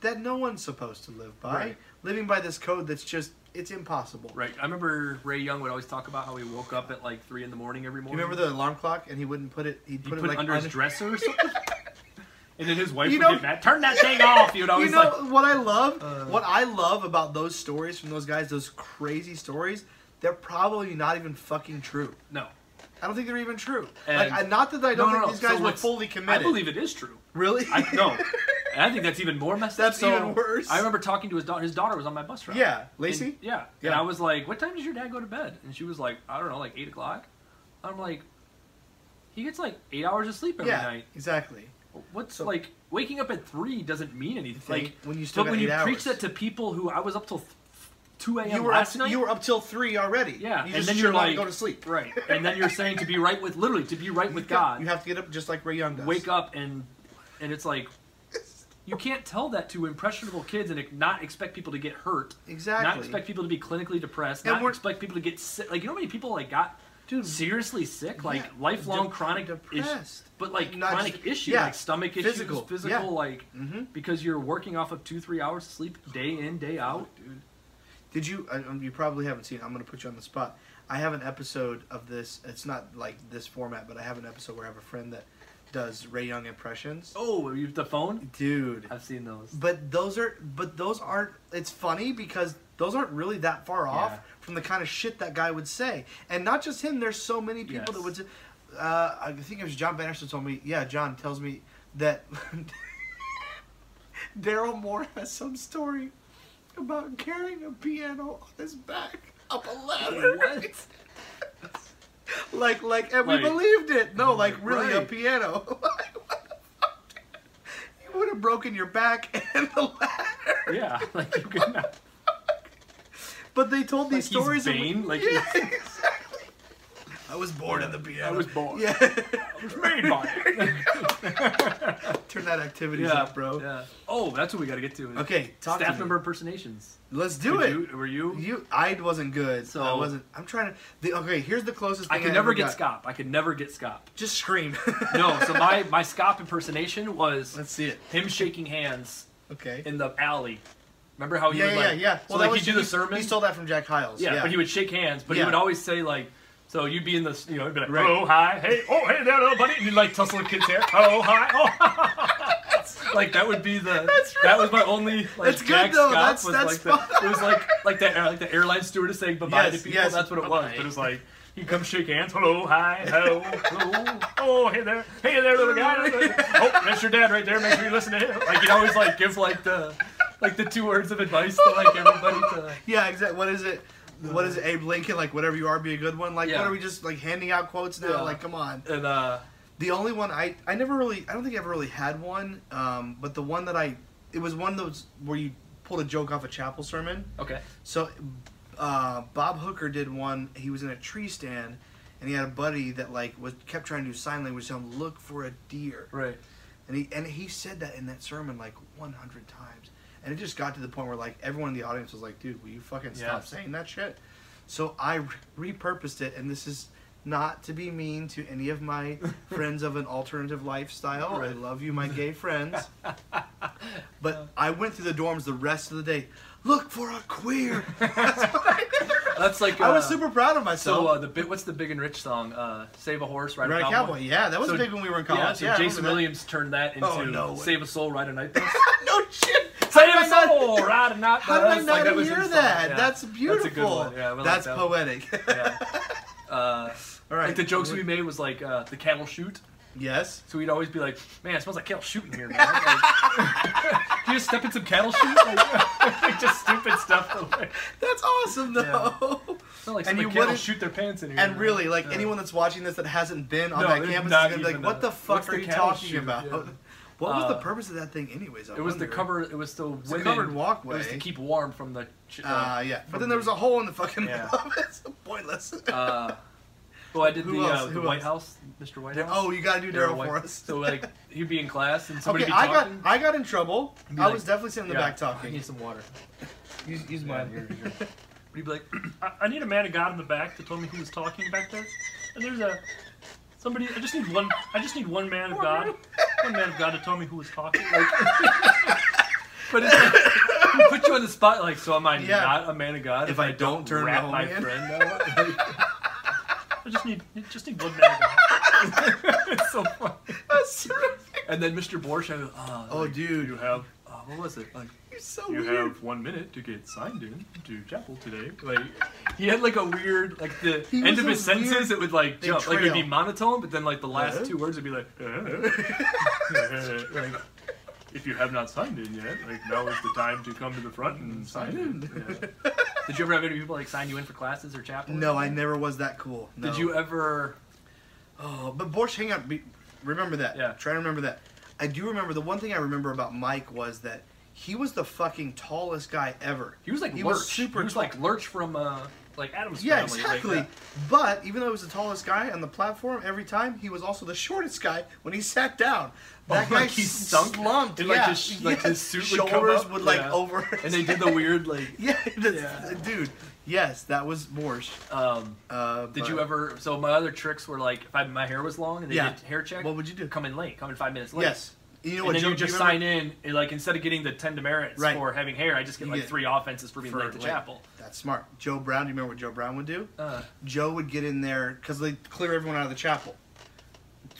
that no one's supposed to live by.
Right.
Living by this code that's just it's impossible.
Right. I remember Ray Young would always talk about how he woke up at like three in the morning every
You
morning.
remember the alarm clock and he wouldn't put it he'd
he put,
put it like
it under his
on-
dresser or something. And then his wife
You
would
know-
get mad. Turn that thing off. You know,
You
he's
know
like,
what I love?
Uh.
what I love about those stories from those guys, those crazy stories, they're probably not even fucking true.
no,
I don't think they're even true.
And-
like, I, not that I don't
No, no,
think
no.
these
So
guys were
what's-
fully committed.
I believe it is true.
Really?
I no, and I think that's even more messed
That's
up. So,
even worse.
I remember talking to his daughter. His daughter was on my bus route.
yeah, Lacey.
And- yeah. And
Yeah.
I was like, "What time does your dad go to bed?" And she was like, "I don't know, like eight o'clock." I'm like, "He gets like eight hours of sleep every
yeah,
night.
exactly.
What's
So-
like waking up at three doesn't mean anything.
Thing,
Like
when you still
but
got
when
eight
you preach
hours.
that to people who I was up till th- two a.m.
You were up.
last night.
You were up till three already.
Yeah, and
You just
then
sure
you're
wanna
like-
go to sleep.
right, and then you're saying to be right with literally to be right with
You got-
God.
You have to get up just like Ray Young does.
wake up and and it's like you can't tell that to impressionable kids and not expect people to get hurt
Exactly.
not expect people to be clinically depressed
And
not
we're-
expect people to get sick like you know how many people like got
Dude,
seriously sick like
yeah,
lifelong
de-
chronic
depressed.
issues but like
Not
chronic
just-
issues
yeah,
like stomach issues
physical,
physical,
yeah.
like
Mhm.
because you're working off of two three hours of sleep day in day out
dude. Did you? I, um, you probably haven't seen. I'm gonna put you on the spot. I have an episode of this. It's not like this format, but I have an episode where I have a friend that does Ray Young impressions.
oh you the phone
Dude,
i've seen those
But those are but those aren't it's funny because those aren't really that far off
Yeah.
from the kind of shit that guy would say. And not just him, there's so many people that
Yes.
would say- uh, I think it was John Bannister told me, yeah, John tells me that Daryl Moore has some story about carrying a piano on his back up a ladder.
What?
Like, like, and
Like-
we believed it. No, like, really, a
Right.
piano. Like, what the fuck, dude? You would have broken your back and the ladder.
Yeah, like you could not.
But they told these
Like he's
stories. and we-
Bane, like
yeah,
he's-
exactly. I was born in the piano.
was born.
Yeah.
Made by it.
Turn that activity
yeah,
up, bro.
Yeah. Oh, that's what we got to get to. is
Okay, talk to
Staff
me.
member impersonations.
Let's do
Did
it.
You, were you?
You, I wasn't good. So I
So-
wasn't. I'm trying to. The, okay, here's the closest.
I
Thing
could never
ever
get
got.
scop. I could never get scop.
Just scream.
No. So my my scop impersonation was
Let's see it.
him shaking hands
Okay.
in the alley. Remember how he
yeah,
would
yeah,
like
yeah, yeah.
So
Well, that
like
was-
he'd do
he-
the sermon.
He stole that from Jack Hiles.
yeah, but he would shake hands, but he
Yeah.
would always say like, so you'd be in the you know, it'd be like,
Right.
oh hi, hey, oh hey there, little buddy, and you'd like tussle the kids hair, oh hi, oh. like that would be the
That's
that was my only like
That's good,
Jack
though.
Scott
That's-
was
that's
like the,
fun.
it was like like that like the airline stewardess saying bye bye
Yes,
to people.
yes.
That's what it was,
Bye-bye.
but it was like. You come shake hands. Hello, hi, hello, hello. Oh, hey there, hey there, little guy. Oh, that's your dad right there. Make sure you listen to him. Like you'd always like give like the, like the two words of advice to like everybody to.
Yeah, exactly. What is it? What is it? Abe Lincoln? Like whatever you are, be a good one. Like
Yeah.
what are we just like handing out quotes now?
Yeah.
Like come on.
And uh,
The only one I I never really I don't think I ever really had one. Um, but the one that I it was one of those where you pulled a joke off a chapel sermon.
okay.
So, uh, Bob Hooker did one. He was in a tree stand, and he had a buddy that like was kept trying to do sign language. Tell him look for a deer,
Right.
and he and he said that in that sermon like 100 times, and it just got to the point where like everyone in the audience was like, "Dude, will you fucking stop
Yes.
saying that shit?" So I re- repurposed it, and this is not to be mean to any of my friends of an alternative lifestyle. I
Right.
love you, my gay friends. But I went through the dorms the rest of the day. Look for a queer.
That's like uh,
I was super proud of myself.
So uh, the bit, what's the big and rich song? Uh, Save a horse, ride,
Ride a Cowboy. Yeah, that was
So-
big when we were in
Yeah.
college.
So
Yeah, I
Jason
remember
Williams turned that into
Oh, no way.
Save a soul, ride a night bus.
that. no shit.
Save
How
a
did I not-
soul, ride a night bus.
How did I not
like, that was
hear
his song.
that?
Yeah.
That's beautiful.
That's a good one. Yeah, we like
That's
that one.
poetic.
Yeah. Uh,
All right.
Like the jokes we made was like uh, the cattle shoot.
Yes.
So we'd always be like, "Man, it smells like cattle shooting here, man." Like, Can you just step in some cattle shoot? Like, like, just stupid stuff. That, like,
That's awesome though.
it's not like and
And you
cattle
wouldn't-
shoot their pants in here.
And
man.
really, like
Yeah.
anyone that's watching this that hasn't been on
No,
that
it's
campus is
not
gonna be like,
even
"What
the-
the fuck
what's
are
the
you
cattle
talking
shoot?
about?"
Yeah.
What was the
Uh,
purpose of that thing, anyways? I
It was
wonder.
the cover. It was the
a
women,
covered walkway.
It was to keep warm from the. ch-
Uh, yeah, but
from
then there was a hole in the fucking
Yeah.
middle. it's pointless.
the- Uh, well, I did
Who
the, uh,
else?
the
Who
White
else?
House, Mr. White House.
oh, you gotta do Daryl
White-
for us.
So like he'd be in class and somebody
Okay,
would
I
be
got
talking.
I got in trouble.
Be
I
like-
was definitely sitting in the
Yeah,
back
I
talking.
need some water.
Use, use
Yeah,
mine.
here, here. But he'd be like,
I, I need a man of God in the back that told me who was talking back there. And there's a somebody. I just need one. I just need one man of God. One man of God to tell me who was talking.
but it's like, he put you on the spot. Like, so am I
Yeah.
not a man of God
If I don't turn
rat
my
my
man?
friend out?
I just need. Just need one man of God.
it's so funny.
That's terrific.
And then Mr. Borsch, I go, oh,
Oh,
like,
dude,
You have.
uh, what was it? Like,
you're so
You
weird.
have one minute to get signed in to chapel today.
like he had like a weird like the
He
end
was
of
a
his sentences
weird-
it would like
they
jump like it'd be
trail.
monotone but then like the last
Uh-huh.
two words would be like "Uh-huh."
like, if you have not signed in yet, like now is the time to come to the front and sign in. Yeah.
did you ever have any people like sign you in for classes or chapel or
No, I
anything?
never was that cool. No.
did you ever
Oh, but Borsch, hang on. Be, remember that.
Yeah.
Try to remember that. I do remember the one thing I remember about Mike was that he was the fucking tallest guy ever.
he was like
He
lurch
was super
he was like lurch from uh like Adam's
Yeah,
family
exactly.
like,
But even though he was the tallest guy on the platform every time, he was also the shortest guy when he sat down. That
Oh,
guy
like he sunk?
slumped.
And,
yeah.
like, his- like, his suit would come
shoulders
up?
would like
Yeah.
over.
and they did the weird like
Yeah, that's,
Yeah.
dude. Yes, that was Borsch.
um
Uh,
did
but-
you ever so my other tricks were like if I, my hair was long and they
Yeah.
did hair check
What would you do?
come in late come in five minutes late
Yes. You know
and
what?
then
you
you just
remember-
sign in, and like instead of getting the ten demerits
Right.
for having hair, I just get
You
like
get-
three offenses for being
for
late to
late.
chapel.
That's smart. Joe Brown. Do you remember what Joe Brown would do?
Uh,
Joe would get in there because they clear everyone out of the chapel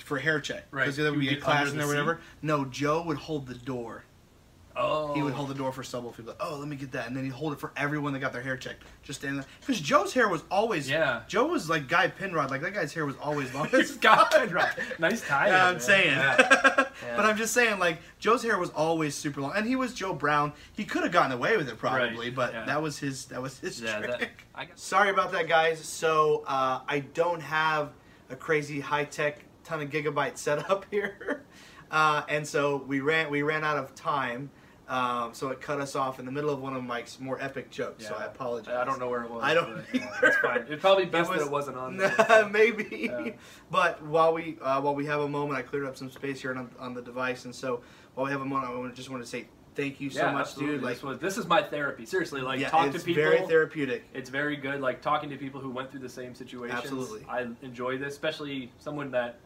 for hair check.
Right.
Because there would
You
be a
get
class
under
in there,
the
whatever. No, Joe would hold the door.
oh,
He would hold the door for Stubble. He'd be like, "Oh, let me get that," and then he'd hold it for everyone that got their hair checked. Just standing there, because Joe's hair was always.
Yeah.
Joe was like Guy Penrod. Like that guy's hair was always long.
He's got it right. oh. Nice tie.
Yeah, I'm saying.
Yeah.
But I'm just saying, like Joe's hair was always super long, and he was Joe Brown. He could have gotten away with it probably,
Right,
but
yeah.
that was his. That was his
Yeah,
trick.
that, I got
Sorry about that, guys. So uh, I don't have a crazy high tech ton of gigabyte setup here, uh, and so we ran we ran out of time. Um, so it cut us off in the middle of one of Mike's more epic jokes. So
Yeah.
I apologize.
I don't know where it was.
I don't
but, yeah,
either.
it's fine. It's probably best
was-
that it wasn't on.
Nah,
there.
maybe.
Yeah.
But while we uh, while we have a moment, I cleared up some space here on, on the device, and so while we have a moment, I wanna- just want to say thank you so
yeah,
much,
absolutely.
dude. Like,
this, was, this is my therapy. Seriously, like
yeah,
talk
it's
to people.
very therapeutic.
it's very good. Like talking to people who went through the same situations.
Absolutely.
I enjoy this, especially someone that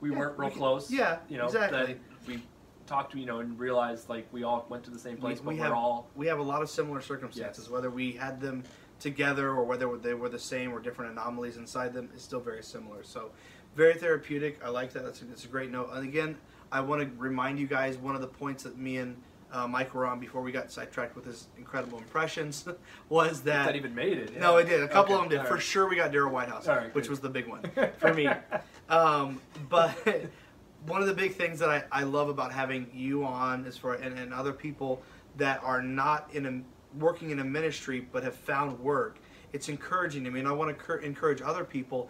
we
Yeah,
weren't real
we can-
close.
yeah,
you know
exactly.
that we talked to, you know, and realized like we all went to the same place,
we,
but
we
we're
have
all
we have a lot of similar circumstances.
Yes.
Whether we had them together or whether they were the same or different anomalies inside them is still very similar. So, very therapeutic. I like that. That's a, that's a great note. And again, I want to remind you guys one of the points that me and uh, Mike were on before we got sidetracked with his incredible impressions was
that,
that.
even made it.
No,
yeah.
it did. A couple
Okay,
of them did.
all
For
right.
sure, we got Daryl Whitehouse,
All right,
which
good.
was the big one for me. Um, but one of the big things that I, I love about having you on is for and, and other people that are not in a working in a ministry but have found work. It's encouraging to me, and I want to cur- encourage other people.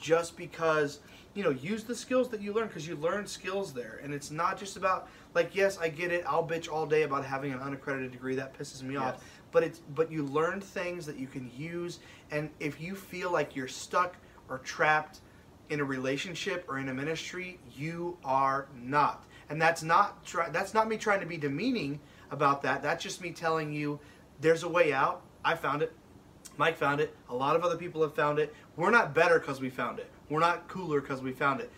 Just because you know, use the skills that you learn because you learn skills there, and it's not just about like yes, I get it. I'll bitch all day about having an unaccredited degree that pisses me off,
Yes.
but it's but you learn things that you can use, and if you feel like you're stuck or trapped in a relationship or in a ministry, you are not. And that's not try- that's not me trying to be demeaning about that. That's just me telling you there's a way out. I found it. Mike found it. A lot of other people have found it. We're not better cuz we found it. We're not cooler cuz we found it.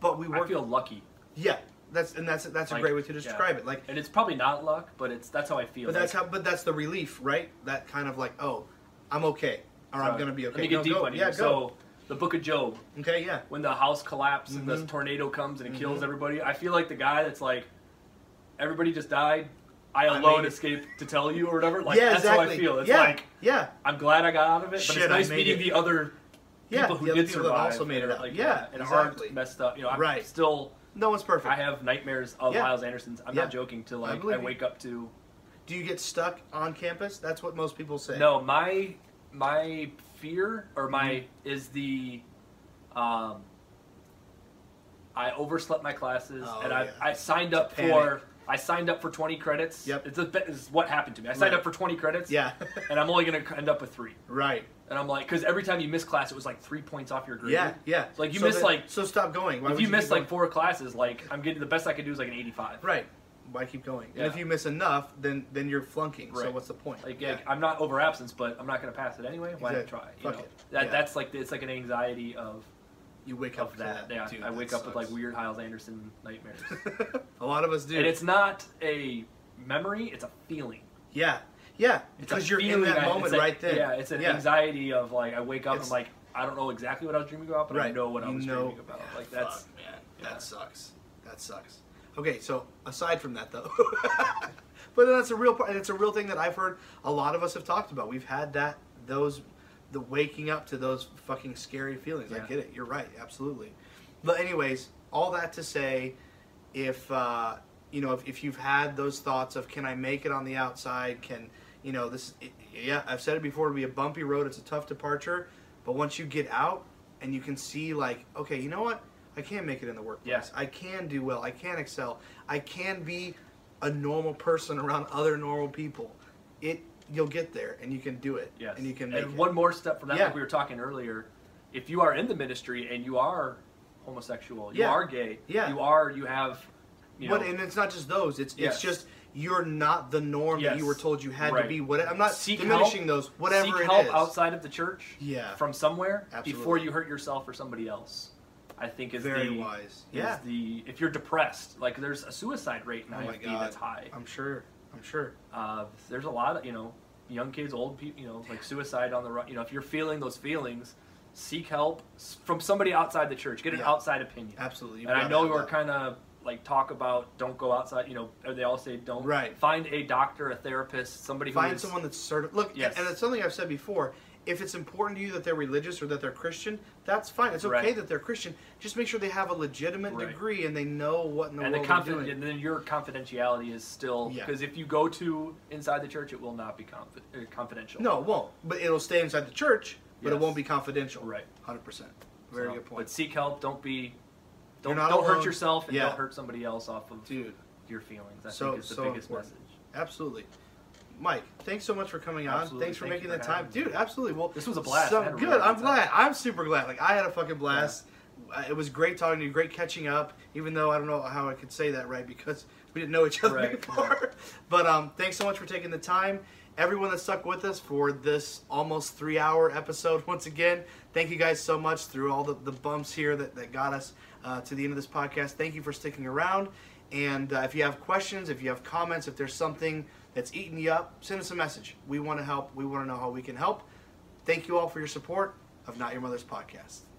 But we
I
work
feel lucky.
Yeah. That's and that's that's a
Like,
great way to
yeah.
describe it. Like
And it's probably not luck, but it's that's how I feel.
but that's
Like,
how but that's the relief, right? That kind of like, oh, I'm okay. Or I'm
so-
going to be okay.
Let me get
No,
deep
go.
on you.
Yeah, go.
So the Book of Job.
okay, yeah.
when the house collapsed and
Mm-hmm.
this tornado comes and it kills everybody. I feel like the guy that's like, everybody just died. I
I
alone
made it."
escaped to tell you or whatever. Like
yeah,
that's
exactly.
how I feel. It's
yeah,
like
yeah.
I'm glad I got out of it, but
Shit, I
it's nice
made
meeting
it.
the other
Yeah,
people who
the other
did
people that
survive.
also made it
and,
out.
Like,
Yeah,
and
exactly.
aren't messed up. You know, I'm
Right.
still.
No one's perfect.
I have nightmares of
Yeah.
Miles Anderson's. I'm
Yeah.
not joking. To like, I,
believe you.
wake up to
Do you get stuck on campus? That's what most people say.
no my my fear or my
Mm-hmm.
is the um i overslept my classes
Oh,
and i
yeah.
i signed up
panic.
for i signed up for 20 credits
Yep.
it's, a, bit- it's what happened to me i signed
Right.
up for 20 credits
Yeah.
and i'm only gonna end up with three
right.
and i'm like because every time you miss class it was like three points off your grade
Yeah. Yeah.
Like, you
so
miss,
then-
like-
So stop going. Why
if
would
you miss
keep
like
going?
four classes like i'm getting the best i could do is like an 85
Right. Why keep going?
Yeah.
And if you miss enough, then then you're flunking. So
Right.
what's the point?
Like, like, I'm not over absence, but I'm not going to pass it anyway. Why
Exactly.
try? You
Fuck
know?
it.
That
Yeah.
that's like it's like an anxiety of
you wake up
of
to
that. Yeah,
Dude,
I
that
wake up with like
sucks.
weird Hiles Anderson nightmares.
a lot of us do.
and it's not a memory; it's a feeling.
yeah. Yeah.
It's a
Because you're in
feeling
that
I-
moment
it's a-
right then.
Yeah, it's an anxiety of like I wake up and
It's-
I'm like I don't know exactly what I was dreaming about, but I
Right.
know what I
You
was
know-
dreaming about. Like that's
Fuck, man.
yeah.
That sucks. That sucks. Okay, so aside from that though, but that's a real part. and It's a real thing that I've heard a lot of us have talked about. We've had that those the waking up to those fucking scary feelings. I
Yeah.
get it. You're right. Absolutely. But anyways, all that to say, if uh, you know if, if you've had those thoughts of can I make it on the outside? Can you know this? i yeah, I've said it before. It'll be a bumpy road. It's a tough departure. But once you get out and you can see like okay, you know what? I can make it in the workplace.
Yeah.
I can do well. I can excel. I can be a normal person around other normal people. It you'll get there and you can do it.
yes.
And you can make it.
one more step from that,
Yeah.
like we were talking earlier. If you are in the ministry and you are homosexual, you
Yeah.
are gay,
Yeah.
you are you have, you know,
But and it's not just those. It's
Yes.
it's just you're not the norm that you
Yes.
were told you had to
Right.
be. What I'm not
Seek
diminishing those. Whatever
seek
it
help
is.
outside of the church
Yeah.
from somewhere
Absolutely.
before you hurt yourself or somebody else i think is
Very
the
wise.
is
Yeah.
the if you're depressed like there's a suicide rate in
Oh my
IFB
god.
that's high
I'm sure. I'm sure.
uh, there's a lot of you know young kids old people you know like suicide on the run you know if you're feeling those feelings seek help s- from somebody outside the church get an
Yeah.
outside opinion
Absolutely. You've
and i
gotta
know
have
we're
that.
kind of like talk about don't go outside you know they all say don't
Right.
find a doctor a therapist somebody who
find
is-
someone that's certified. Look,
Yes.
and it's something I've said before. If it's important to you that they're religious or that they're Christian, that's fine. It's okay
Right.
that they're Christian. Just make sure they have a legitimate
Right.
degree and they know what in the
and the
world they're
confident,
doing.
and then your confidentiality is still
Yeah.
because if you go to inside the church, it will not be confi- uh, confidential.
No, it won't. But it'll stay inside the church, but it
Yes.
won't be confidential.
Right.
Hundred percent. Very
So,
good point.
But seek help. Don't be.
You're
Don't
not
don't
alone.
hurt yourself and
Yeah.
don't hurt somebody else off of
Dude,
your feelings. I
So-
think is the
so
biggest
important.
message.
absolutely. Mike, thanks so much for coming on.
Absolutely.
Thanks for
Thank
making
you
the
for
time,
having me.
dude. Absolutely. Well,
This was a blast. I
So
had a
good.
really
I'm
good
glad. I'm super glad. Like I had a fucking blast. Uh, It was great talking to you. Great catching up. Even though I don't know how I could say that right because we didn't know each other
Right,
before. But um, thanks so much for taking the time. Everyone that stuck with us for this almost three hour episode, once again, thank you guys so much through all the, the bumps here that, that got us uh, to the end of this podcast. Thank you for sticking around. And uh, if you have questions, if you have comments, if there's something that's eating you up, send us a message. We want to help. We want to know how we can help. Thank you all for your support of Not Your Mother's Podcast.